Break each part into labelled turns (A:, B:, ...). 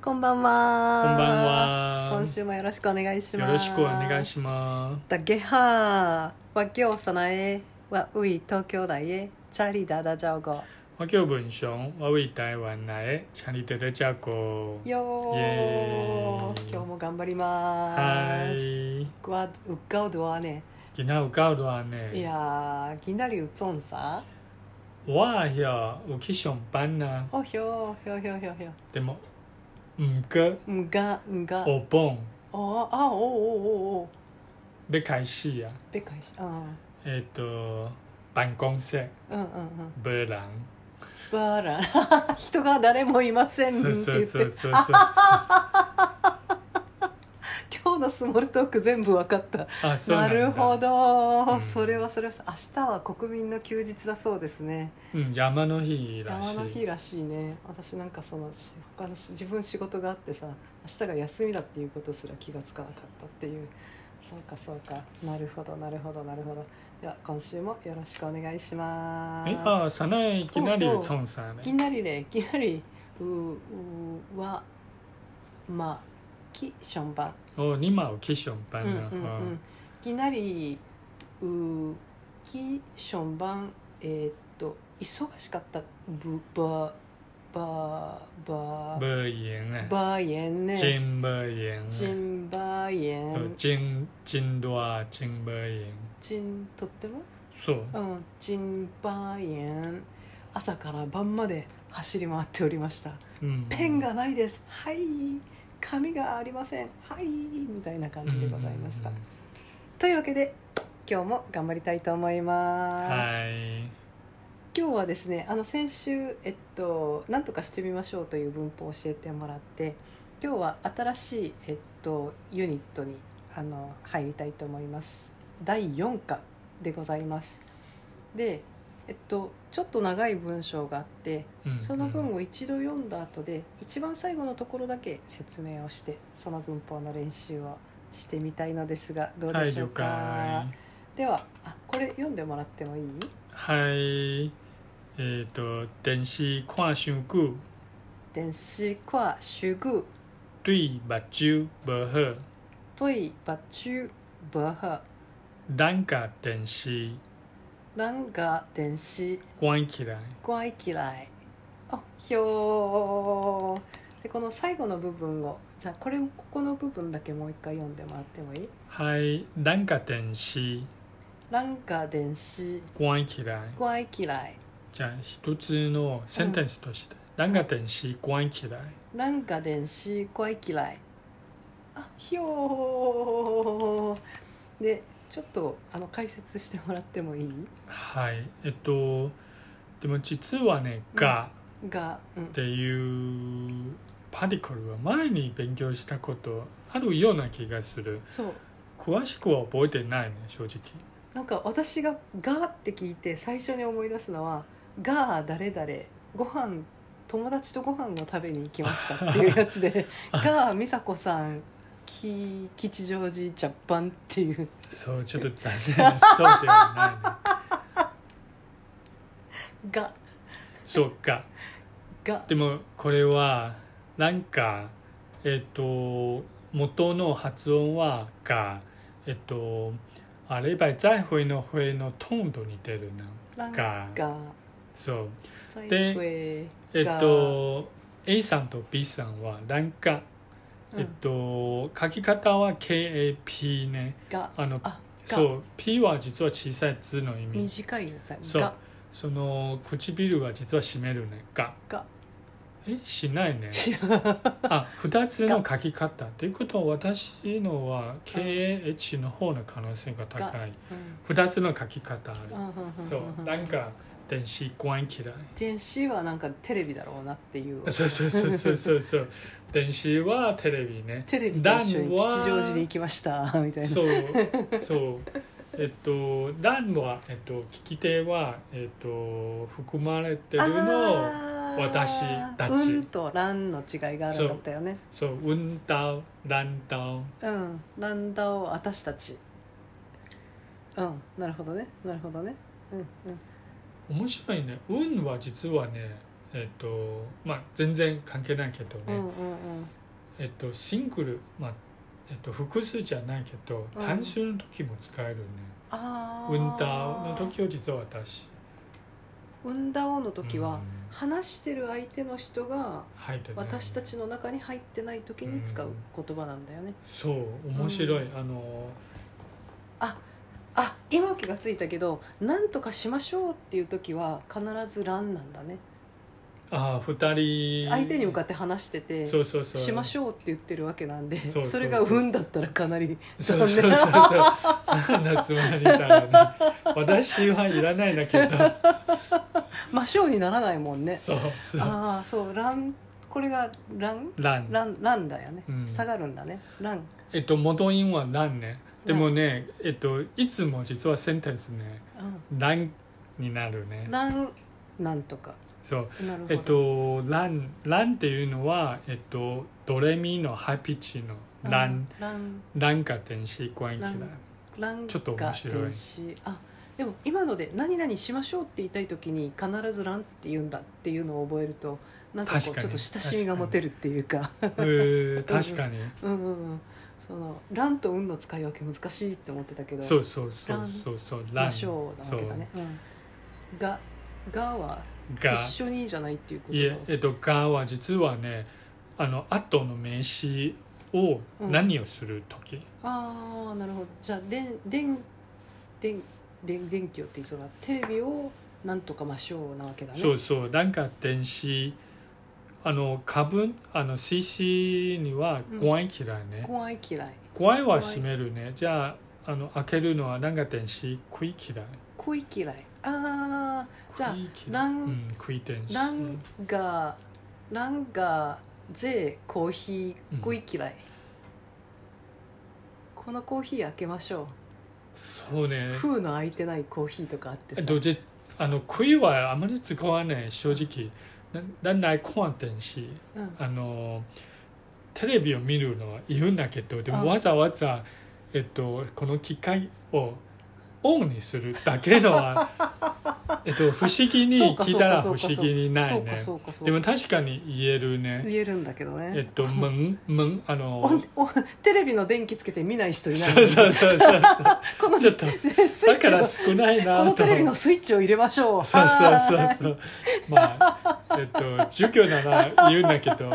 A: こんばんは。
B: こんばんは
A: 今週もよろしくお願いし
B: よ
A: ます。
B: ろしくお願いし
A: す。
B: ま
A: だげはわきょうさなえ、わうい東京大へ、チャリダダジャオゴ。
B: す。我叫文雄，我为台湾来，强力的加工。
A: よー
B: イエーイ
A: 今日も頑張りま
B: は
A: す。
B: い。
A: グワウッガウドはね、
B: 今日有教多呢。
A: いやー、きなりうつんさ。
B: 我呀有去上班呐，
A: おひょーひょーひょーひょーひょ
B: でも唔过
A: ー。んがんが。
B: お盆
A: おあおおおおお。
B: 要开始啊。
A: でかいし。うん。
B: えっと办公室
A: うんうんうん。
B: 没人。
A: バラ 人が誰もいませんって
B: そうそ
A: 言
B: う
A: っ
B: そう
A: て
B: そうそう。あ、
A: 今日のスモールトーク全部わかった
B: そうな
A: なん
B: だ
A: るほ。ど、
B: うん
A: それはそれは明日は国民の休日だそうですね
B: うん、山の日らし
A: 山の日
B: い。
A: らしいね私なんかそのし他のし自分仕事があってさ明日が休みだっていうことすら気がつかなかったっていうそうかそうかなるほどなるほどなるほどでは今週もよろしくお願いします
B: え、あ、早苗今日有创啥呢
A: い？きなりねいきなりううはまきションバン
B: 哦，你嘛有去上班
A: うん
B: 呐？
A: うんう
B: 哦
A: ん、いきなり「うきしょんばん」えーっと忙しかったぶばばば
B: 无闲啊，
A: ばえんね
B: 真无闲
A: ち
B: 啊，
A: んばえん
B: 就真真热，真无闲。
A: ちんとっても
B: そう。
A: うんちんばえん朝から晩まで走り回っておりました
B: うん
A: ペンがないですはい紙がありませんはいみたいな感じでございました、
B: うん
A: というわけで今日も頑張りたいと思います、
B: はい。
A: 今日はですねあの先週えっとなんとかしてみましょうという文法を教えてもらって今日は新しいえっとユニットにあの入りたいと思います第4課でございますでえっとちょっと長い文章があって
B: うん
A: その文を一度読んだ後で一番最後のところだけ説明をしてその文法の練習をしてみたいのですがどう
B: は
A: で
B: い
A: しょ
B: 了
A: うか、
B: 解。
A: ではあこれ読んでもらってもいい
B: はい。えっと電視看伤久，
A: 電子化主具
B: 对目睭无好。
A: トイバチューバハ
B: 咱甲电视
A: なんか電子
B: 关起来。
A: 怖い嫌いあひょーでこの最後の部分をじゃあこれここの部分だけもう一回読んでもらってもいい
B: はい。咱甲电視
A: なんか電子
B: 关起来。
A: 怖い嫌い
B: じゃあ一つのセンテンスとして、咱甲電視关起来。
A: なんか電子怖い嫌いあひょーでちょっとあの解説してもらってもいい
B: はいえっとでも実はね「が」
A: が、うん
B: っ、ていうパーティクルは前に勉強したことあるような気がする
A: そう
B: 詳しくは覚えてないね正直
A: なんか私が「が」って聞いて最初に思い出すのは「が」誰々ご飯友達とご飯を食べに行きましたっていうやつ で「が」美佐子さんき吉祥寺ジャパンっていう
B: そうちょっと残念そうではないね
A: 「が
B: そうか」
A: が
B: でもこれはなんかえっと元の発音は「が」えっとあれば再会の会のトーンと似てるな
A: なん
B: が
A: が
B: そう
A: 在
B: で
A: 会
B: えっと A さんと B さんはなんか、
A: うん
B: えっと書き方は KAP ね
A: が
B: あの
A: あが
B: そう P は実は小さい「つ」の意味
A: 短いです
B: そう
A: が
B: その唇は実は閉めるねが
A: が
B: えしないねあ二つの書き方ということは私のは KAH の方の可能性が高い
A: うん
B: 二つの書き方ある
A: うんうんうん
B: そうなんか電子关起来
A: 電子はなんかテレビだろうなっていう
B: そうそうそうそうそうそう電子はテレビね
A: テレビと一緒に
B: ダンは
A: 吉祥寺に行きましたみたいな
B: そうそうえっと段は、えっと、聞き手は、えっと、含まれてるのを
A: あー
B: 私たち
A: うんとランの違いがあるんだったよね
B: そう「うんだう」「らんだう
A: うんランダを私たちうんなるほどねなるほどねうんうん」
B: 面白いね「うん」は実はねえっとまあ全然関係ないけど
A: う
B: ね、
A: んうんうん
B: えっと、シングル、まあえっと、複数じゃないけど
A: うん
B: 単数の時も使えるね、
A: あ
B: ウンターの時は実は私
A: ウンダオの時は、
B: うん
A: 話してる相手の人が
B: 入ってない
A: 私たちの中に入ってない時に使う言葉なんだよね、
B: そう面白い、あの
A: あ今気がついたけど「なんとかしましょう」っていう時は必ず「ラン」なんだね
B: あ2人
A: 相手に向かって話してて
B: そうそうそう
A: しま
B: ょ
A: しょうって言ってるわけなんで
B: そうそ
A: そ
B: うそう
A: れが「うん」だったらかなり
B: うそうそう そうそう夏まりたらね私はいらないんだ けど
A: 「ましょう」にならないもんね
B: そうそう
A: ああそう「ラン」これが「ラン」
B: ラン
A: ランランだよね、
B: うん
A: 下がるんだねラン
B: えっと元音はランねでもね、えっといつも実はセンテンスね
A: う
B: ランになるね
A: んランなんとか
B: そう
A: なるほど、
B: えっと、ラン、ランっていうのは、えっと、ドレミのハイピッチの
A: うん
B: ラン、
A: ラン
B: ランが電子関係だ
A: ラ。ンラン
B: ちょっと面白い
A: が停止あでも今ので「何々しましょう」って言いたい時に必ず「ラン」って言うんだっていうのを覚えるとなんかこうちょ
B: 確
A: っ
B: かに
A: と親しみが持てるっていうか
B: うー確かに。
A: うんうんうんその「ラン」と「運の使い分け難しいって思ってたけど
B: そうそうそ
A: ラ
B: う
A: ン
B: そうそう、
A: 「ま
B: ラ
A: し
B: ン
A: ょう」なわけだね、うん、が「が」は
B: が
A: 一、緒にじゃないっていうこと
B: いえ、えっと、がは実はね、あの、後の名詞を
A: うん
B: 何をするとき、
A: ああなるほどじゃあでんでんでんでん電気をって言いそうなテレビをなんとかましょうなわけだね
B: そうそう、ランが電子、あの、過分、あの、CC には
A: うん
B: 怖い嫌いね。
A: 怖い嫌い
B: 怖いは閉めるねじゃああの開けるのは何か電子食い嫌い
A: 恋嫌いああじゃあ
B: 食い嫌い
A: ラン
B: うん、食い電子
A: ランガーランガーゼコーヒ
B: うん
A: ー恋嫌い、このコーヒー開けましょ
B: そう
A: う
B: ね
A: 封の開いてないコーヒーとかあってさ
B: どっちあの食いはあまり使わない正直ななんない怖い電子
A: うん
B: あのテレビを見るのは言うんだけどで
A: あ
B: もわざわざ、えっと、この機械をオンにするだけ のはえっと不思議に
A: そうか
B: 聞いたら不
A: そうか
B: 思議にないね
A: そうかそうかそうかそう
B: で
A: か
B: も確かに言えるね
A: 言えるんだけど
B: え
A: ね
B: っと、むん、むん、あの。
A: おおテレビの電気つけて見ない人いない
B: そうそうそ うそう。
A: この
B: ちょっと
A: スイッ
B: だ
A: チ
B: か
A: を
B: ら少ないなと。
A: このテレビのスイッチを入れましょう
B: そうそうそ
A: は
B: う
A: ーい
B: そう。まあ、えっと、授業なら言うんだけど、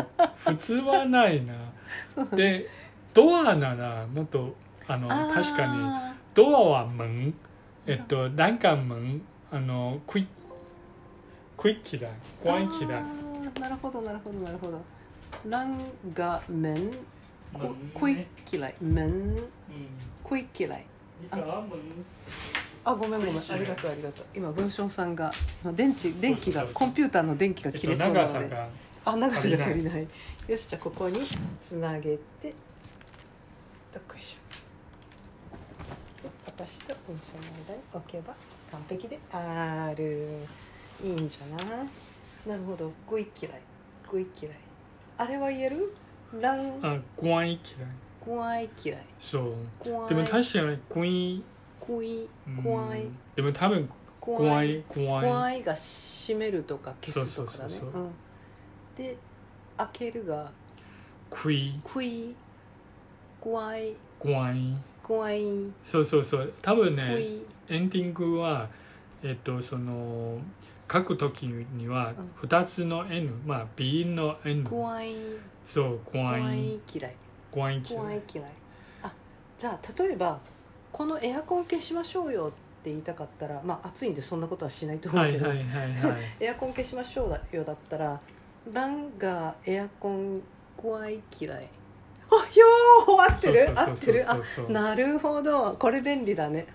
B: 普通はないな。で、ドアなら、もっと、あの、
A: あー
B: 確かに。ドアは門。えっと、なんか門、あの、クイ。クイッキだ。怖いキだ。
A: あーなるほどなるほどなるほどランガメンこ
B: 門
A: 恋嫌いメン
B: うん。
A: 恋嫌い
B: だから門
A: あごめんごめん
B: 恋嫌
A: あ
B: い
A: りがとうありがとう今文章さんが電池電気がコンピューターの電気が
B: えっ
A: 切
B: と、
A: れそうなので、
B: 長さが。
A: あ長さが足
B: 足
A: り
B: り
A: ないよしじゃあここにつなげてどっこいしょ私と文章の間に置けば完璧であるいいんじゃないなるほどごい嫌いごい嫌いあれは言えるラン
B: あ、怖いキだ。
A: 怖い嫌い
B: そう。
A: 怖い
B: でも確かに怖い。
A: 怖い
B: うん
A: 怖い
B: でも多分
A: 怖
B: 怖
A: い
B: い怖い
A: 怖いが閉めるとか消すとかだね
B: そうそうそう
A: う
B: そうん
A: で開けるが
B: 食い
A: クイ怖い
B: 怖い
A: 怖い
B: そうそうそう多分ね
A: 怖い
B: エンディングはえっとその書く時には
A: うん
B: 2つの N、まあ鼻音の N
A: 怖い
B: そう怖
A: 怖
B: い
A: い嫌い
B: 怖い
A: 怖
B: 嫌
A: い
B: い
A: 嫌いあじゃあ例えばこのエアコン消しましょうよって言いたかったらまあ暑いんでそんなことはしないと思
B: は
A: うけ
B: い
A: ど、
B: はいはいはい
A: エアコン消しましょうよだったらランがエアコン怖い嫌いあよー合ってる合ってるあ
B: そう
A: なるほどこれ便利だね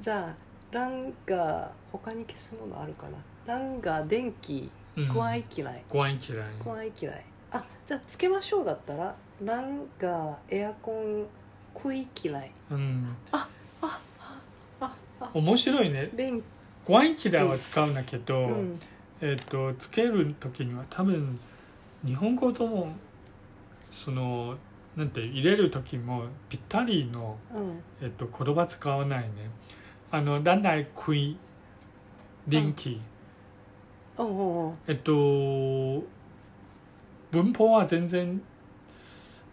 A: じゃあランガー他に消すものあるかなランガー電気
B: うん
A: 怖い嫌い、
B: 怖い嫌い
A: 怖い嫌いあじゃあつけましょうだったらランガーエアコン食い嫌い
B: うん
A: ああああ
B: 面白いね
A: 便
B: 怖い嫌いは使うんだけ
A: う
B: ど、
A: ん
B: えっとつける時には多分日本語ともそのなんて入れる時もぴったりの、
A: うん
B: えっと、言葉使わないねあのだんだん食い電気、
A: おうおうおう
B: えっと文法は全然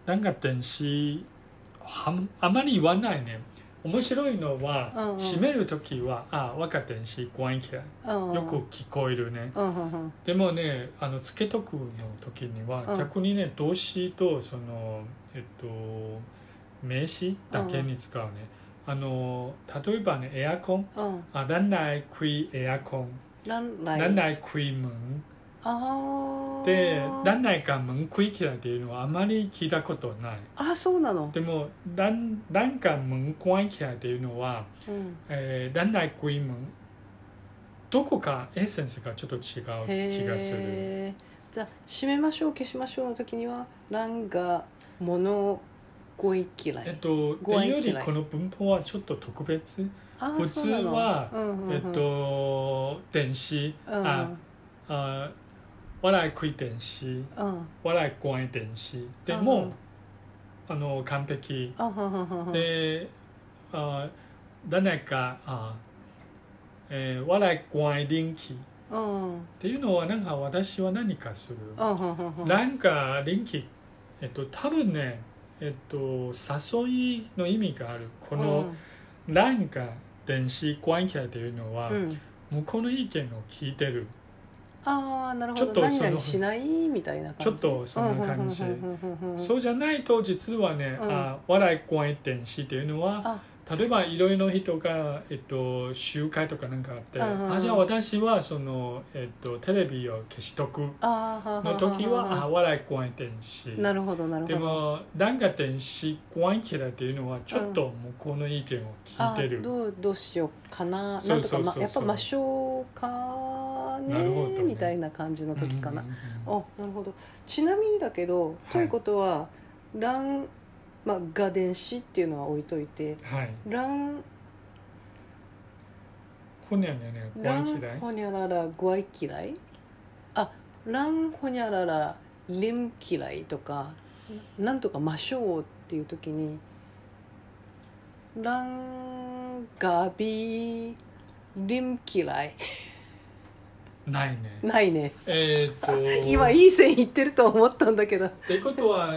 B: なんか電子はあまり言わないね面白いのは、
A: うんうん
B: 閉める時は「あ若電子怖いけ
A: うん
B: よく聞こえるね、
A: うんうんうん
B: でもねあのつけとくの時には、
A: うん
B: 逆にね動詞とそのえっと名詞だけに使うね、あの例えばねエアコン
A: うん
B: あランナイクイエアコン、
A: なんない
B: ランナイクイムン
A: ああ
B: でランナイがムンクイキラっていうのはあまり聞いたことない
A: あそうなの
B: でもランランがムンクイキラっていうのは、
A: うん
B: えー、ランナイクイムンどこかエッセンスがちょっと違う気がする。
A: へえじゃあ閉めましょう消しましょうの時にはなんか物語い嫌
B: えっ
A: い
B: と、って
A: ご縁
B: いうより
A: 嫌い
B: この文法はちょっと特別、
A: あー
B: 普
A: そうなの
B: 通は
A: うんうんうん
B: えっと電子
A: うんうん
B: ああ笑い食い電子
A: うん
B: 笑い怖い電子で
A: うん
B: もあの完璧
A: あはははは
B: であ誰かあ、えー、笑い怖い電気っ
A: うんうん
B: ていうのはなんか私は何かする
A: うんうんうん
B: なんか電気えっと多分ねえっと誘いの意味があるこの、なんか電子関係っていうのは、
A: うんうん
B: 向こうの意見を聞いてる
A: ああなるほ
B: ちょ
A: ど
B: っと
A: 何
B: そ
A: 々
B: の
A: しないみたいな感じ
B: ちょっとそんな感じ
A: うんうんうんうんうん
B: そうじゃないと実はね、
A: うん
B: あ笑い怖い電子っていうのは例えばいろいろな人が、えっと、集会とかなんかあって、
A: うんうんうん
B: あじゃあ私はその、えっと、テレビを消しとく
A: あーはは
B: の時は、あ
A: は
B: 笑い怖い電子
A: なるほどなるほ
B: で
A: ど
B: もなんか電子怖い嫌いっていうのはちょっと向こうの意見を聞いてる、
A: あどうどうしようかな
B: そ
A: なん
B: う
A: と
B: そ
A: か
B: う
A: ま
B: そうそう
A: やっぱ魔性かね
B: なるほどね
A: みたいな感じの
B: うんうん
A: 時かな、
B: うん
A: あなるほどちなみにだけど、ということは「ラン」まあ「ガ電子」っていうのは置いといて
B: はい
A: 「ラン」
B: ほにゃにゃにゃ
A: 「
B: 怖
A: ラ
B: い
A: ン
B: 嫌い
A: ほにゃららご愛嫌い」あ「ランほにゃららリン嫌い」とか「なんとか魔性」っていう時に「ランガビリン嫌い」
B: ないね
A: ないね
B: えー、っと
A: 今いい線いってると思ったんだけど
B: ってことは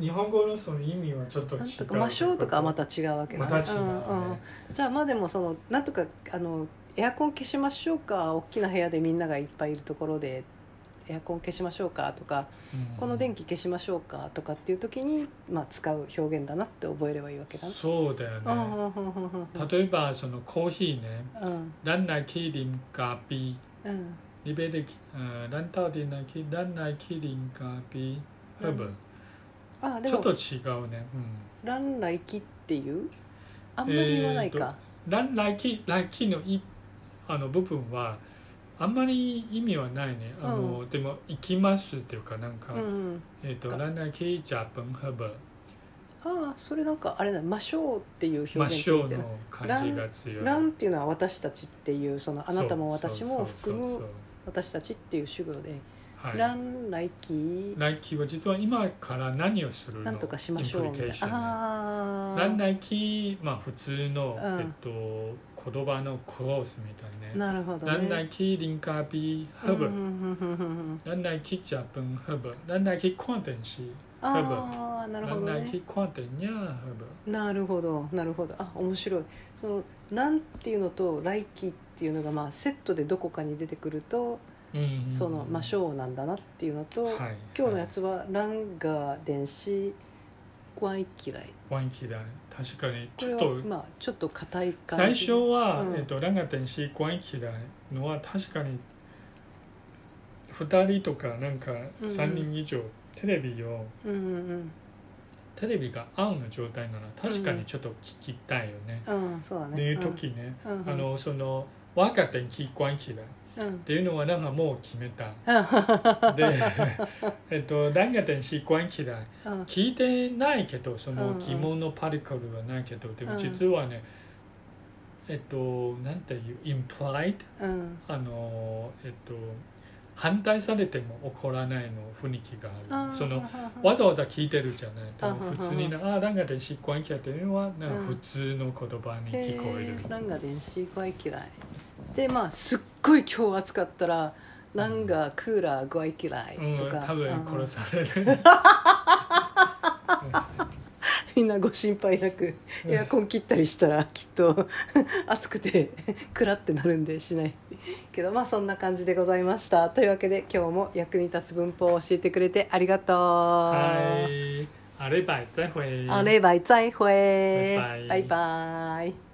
B: 日本語のその意味はちょっと違う
A: なんとか魔性とかはまた違うわけだ
B: ま
A: ね
B: た違う、ね
A: んうんじゃあまあでもそのなんとかあのエアコン消しましょうか大きな部屋でみんながいっぱいいるところでエアコン消しましょうかとか
B: うん
A: この電気消しましょうかとかっていう時に、まあ、使う表現だなって覚えればいいわけだな。
B: そうだよ
A: うんう
B: ね、
A: んうんうんうん
B: 例えばそのコーヒーね
A: うん
B: ランナーキリン咖啡
A: うん
B: リベレキランターディナーキランナーキリン咖啡
A: う
B: 多
A: ん
B: 分
A: あで
B: ちょ
A: も
B: っと違うね、
A: 「
B: う
A: ランライキ」っていうあんまり言わないか、
B: ん、ランナーキライキのいあの部分はあんまり意味はないねあの、でも行きますっていうかなんか、
A: うんうん、
B: えっ、とランナーキジャパンハブ
A: ああそれなんかあれだ「魔性」っていう表
B: 真っ
A: 現聞い
B: 白
A: てる
B: の感じが強い。
A: ランっていうのは私たちっていうそのあなたも私も含
B: そうそう
A: む
B: そう
A: 私たちっていう主語で、
B: そうはい、
A: ラン来期
B: ナイキは実は今から何をするの
A: なんとかしましょう
B: イン
A: み
B: プ
A: た
B: リ
A: いな
B: ケーションね
A: あ
B: ランナイキ、まあ、普通の、
A: うん
B: えっと、言葉のクローズみたい
A: あ
B: ね。
A: なるほどね
B: ランナイキリンカービーハ
A: うんう
B: ブ、
A: んうんうんうん
B: ランナイキジャパンハブ、ランナイキコンテンシ、
A: ああなる
B: ラ
A: ほ
B: ン
A: ど
B: ナイ
A: ね
B: キコンテンニャハブ。
A: なるほどなるほどあ面白いその「ラン」っていうのと「来期」っていうのがまあセットでどこかに出てくると
B: うんうん
A: その「魔性」なんだなっていうのと、
B: はい、
A: 今日のやつは「ランが電子怖い嫌い」
B: はい。ワイン嫌い。確かに、
A: こ
B: ち
A: れ
B: ょっ
A: は
B: と
A: まあちょっと硬い感
B: 最
A: じ
B: 初は、
A: うん
B: えっと、ランガ電子怖い嫌いのは確かに2人とかなんか
A: うん
B: 3人以上、テレビを
A: うんうん
B: テレビがオンの状態なら確かにちょっと聞きたいよね。
A: うんうんそうだね
B: っていう時ね、
A: うんうん
B: あのその若電気怖い嫌いっ
A: うん
B: ていうのはなんかもう決めた。で、えっと、ランガ電子怖い嫌い
A: うん
B: 聞いてないけどそ
A: うんう
B: の
A: ん
B: 疑問のパリカルはないけど、で
A: う
B: も
A: ん
B: 実はね、えっとなんていう implied
A: うん
B: あのえっと反対されても怒らないの雰囲気があ
A: あ
B: る
A: ー
B: その
A: ははは
B: わざわざ聞いてるじゃない多
A: あはは
B: 分普通にな「ああーなんか電子怖い嫌い」っていうのはなんか
A: うん
B: 普通の言葉に聞こえる
A: へーランガ電子怖い嫌いでまあすっごい今日暑かったらランガクーラー怖い嫌い
B: うん
A: とか
B: 多分殺
A: す
B: される、
A: みんなご心配なくエアコン切ったりしたらきっと 暑くて くらってなるんでしないけどまあそんな感じでございましたというわけで今日も役に立つ文法を教えてくれてありがとう
B: 嗨，阿里拜，再会。
A: あれバイ再会
B: バイバイ
A: バイバイ